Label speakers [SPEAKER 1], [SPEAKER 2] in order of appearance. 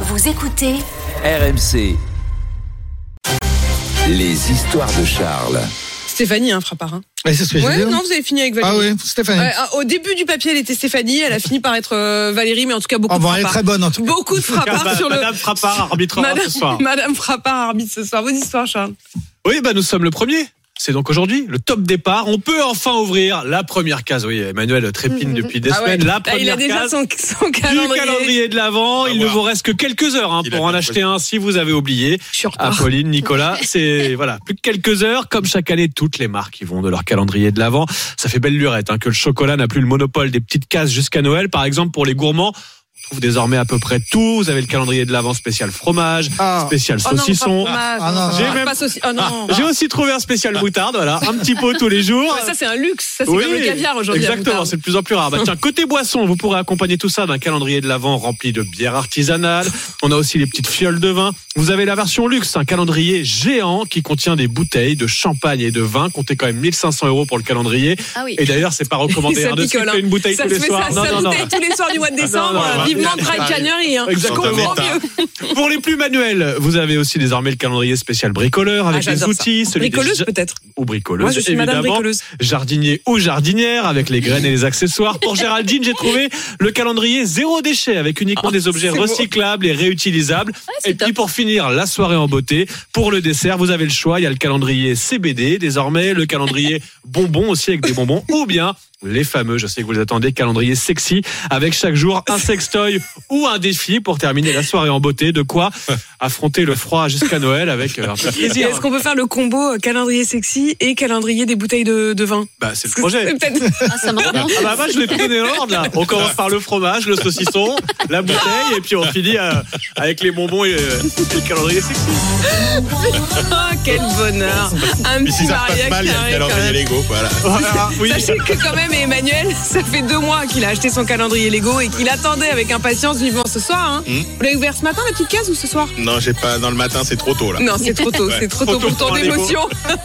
[SPEAKER 1] Vous écoutez
[SPEAKER 2] RMC. Les histoires de Charles.
[SPEAKER 3] Stéphanie, hein, Frappard. hein.
[SPEAKER 4] Ouais, c'est ce que
[SPEAKER 3] Ouais,
[SPEAKER 4] j'ai dit.
[SPEAKER 3] non, vous avez fini avec Valérie.
[SPEAKER 4] ah oui, Stéphanie.
[SPEAKER 3] Ouais, ah, au début du papier, elle était Stéphanie. Elle a fini par être euh, Valérie, mais en tout cas, beaucoup
[SPEAKER 4] Oh,
[SPEAKER 3] de
[SPEAKER 4] bon, elle est
[SPEAKER 3] Frappard.
[SPEAKER 4] très bonne en tout cas.
[SPEAKER 3] Beaucoup de Frappard sur le.
[SPEAKER 5] Madame Frappard arbitrera
[SPEAKER 3] Madame,
[SPEAKER 5] ce soir.
[SPEAKER 3] Madame Frappard arbitre ce soir. Vos histoires, Charles.
[SPEAKER 5] Oui, bah, nous sommes le premier. C'est donc aujourd'hui le top départ. On peut enfin ouvrir la première case. Oui, Emmanuel trépine depuis des
[SPEAKER 3] Ah ouais.
[SPEAKER 5] semaines. La
[SPEAKER 3] Ah,
[SPEAKER 5] première
[SPEAKER 3] il a déjà
[SPEAKER 5] case.
[SPEAKER 3] son, son
[SPEAKER 5] Du
[SPEAKER 3] calendrier.
[SPEAKER 5] calendrier de l'avant,
[SPEAKER 6] va
[SPEAKER 5] il ne
[SPEAKER 6] voir.
[SPEAKER 5] vous reste que quelques heures hein,
[SPEAKER 6] Il
[SPEAKER 5] pour
[SPEAKER 6] a
[SPEAKER 5] en
[SPEAKER 6] bien
[SPEAKER 5] acheter un si vous avez oublié.
[SPEAKER 3] Je suis en
[SPEAKER 4] Ah,
[SPEAKER 3] retard.
[SPEAKER 5] Apolline, Ah, Nicolas, c'est voilà, plus que quelques heures. Comme chaque année, toutes les marques y vont de leur calendrier de l'avant. Ça fait belle lurette hein, que le chocolat n'a plus le monopole des petites cases jusqu'à Noël. Par exemple, pour les gourmands, on trouve désormais à peu près tout. Vous avez le calendrier de l'avant spécial fromage,
[SPEAKER 4] Ah.
[SPEAKER 5] spécial
[SPEAKER 3] Oh non, pas
[SPEAKER 5] saucisson.
[SPEAKER 3] fromage,
[SPEAKER 4] Ah, non,
[SPEAKER 3] non,
[SPEAKER 4] non.
[SPEAKER 3] pas
[SPEAKER 5] J'ai même-
[SPEAKER 3] sauci- Oh non.
[SPEAKER 5] Ah, J'ai aussi trouvé un spécial moutarde, voilà, un petit pot tous les jours.
[SPEAKER 3] Ouais, Ça, c'est un luxe. Ça, c'est
[SPEAKER 5] Oui,
[SPEAKER 3] comme le caviar aujourd'hui. la
[SPEAKER 5] Exactement,
[SPEAKER 3] moutarde.
[SPEAKER 5] c'est de plus en plus rare. Bah, tiens, côté boisson, vous pourrez accompagner tout ça d'un calendrier de l'avant rempli de bières artisanales. On a aussi les petites fioles de vin. Vous avez la version luxe, un calendrier géant qui contient des bouteilles de champagne et de vin. Comptez quand même 1500 euros pour le calendrier.
[SPEAKER 1] Ah oui.
[SPEAKER 5] Et d'ailleurs, c'est pas recommandé
[SPEAKER 3] Ça
[SPEAKER 5] hein, de
[SPEAKER 3] picole,
[SPEAKER 5] siffler
[SPEAKER 3] hein.
[SPEAKER 5] une bouteille
[SPEAKER 3] Ça
[SPEAKER 5] tous
[SPEAKER 3] se
[SPEAKER 5] les
[SPEAKER 3] fait
[SPEAKER 5] soirs.
[SPEAKER 3] ça, ça
[SPEAKER 5] non, non, non.
[SPEAKER 3] bouteille tous les soirs du mois de décembre.
[SPEAKER 5] non, non,
[SPEAKER 3] Vivement
[SPEAKER 6] non.
[SPEAKER 3] Dry Canary. Hein.
[SPEAKER 5] Exactement.
[SPEAKER 3] Je comprends
[SPEAKER 6] État.
[SPEAKER 3] mieux.
[SPEAKER 5] Pour les plus manuels, vous avez aussi désormais le calendrier spécial bricoleur
[SPEAKER 3] Ah,
[SPEAKER 5] avec les
[SPEAKER 3] j'adore ça.
[SPEAKER 5] outils, celui des
[SPEAKER 3] Bricoleuse,
[SPEAKER 5] ja-
[SPEAKER 3] peut-être.
[SPEAKER 5] ou
[SPEAKER 3] Moi,
[SPEAKER 5] bricoleuse,
[SPEAKER 3] je suis madame
[SPEAKER 5] évidemment.
[SPEAKER 3] bricoleuse.
[SPEAKER 5] jardinier ou jardinière avec les graines et les accessoires. Pour Géraldine, j'ai trouvé le calendrier zéro déchet avec uniquement des objets
[SPEAKER 3] c'est beau.
[SPEAKER 5] recyclables et réutilisables.
[SPEAKER 1] c'est
[SPEAKER 5] et puis
[SPEAKER 1] top.
[SPEAKER 5] pour finir, la soirée en beauté. Pour le dessert, vous avez le choix. Il y a le calendrier CBD désormais, le calendrier bonbon aussi avec des bonbons ou bien les fameux, je sais que vous les attendez, calendrier sexy avec chaque jour un sextoy ou un défi pour terminer la soirée en beauté. De quoi affronter le froid jusqu'à Noël avec euh, un peu de
[SPEAKER 3] Et
[SPEAKER 5] plaisir.
[SPEAKER 3] Est-ce qu'on peut faire le combo euh, calendrier sexy et calendrier des bouteilles de, de vin
[SPEAKER 5] Bah, c'est le projet.
[SPEAKER 3] C'est peut-être-
[SPEAKER 1] Ah, ça me rend bien.
[SPEAKER 5] Ah bah, moi, je vais te donner l'ordre là. On commence par le fromage, le saucisson, la bouteille et puis on finit euh, avec les bonbons et, euh, et le calendrier sexy.
[SPEAKER 3] Ah, quel bonheur Un
[SPEAKER 6] Mais si
[SPEAKER 3] petit
[SPEAKER 6] ça se
[SPEAKER 3] mariage
[SPEAKER 6] passe mal, il y
[SPEAKER 3] carré,
[SPEAKER 6] a le
[SPEAKER 3] quand
[SPEAKER 6] calendrier
[SPEAKER 3] même.
[SPEAKER 6] Lego, voilà.
[SPEAKER 5] Voilà, oui.
[SPEAKER 3] Sachez que quand même Emmanuel, ça fait deux mois qu'il a acheté son calendrier Lego et qu'il attendait avec impatience vivement ce soir. hein.
[SPEAKER 6] Hmm.
[SPEAKER 3] Vous l'avez ouvert ce matin la petite case ou ce soir
[SPEAKER 6] Non, j'ai pas. Dans le matin, c'est trop tôt là.
[SPEAKER 3] Non, c'est trop tôt, c'est trop, tôt pour
[SPEAKER 5] pour
[SPEAKER 3] tant
[SPEAKER 5] un Lego.
[SPEAKER 3] d'émotions.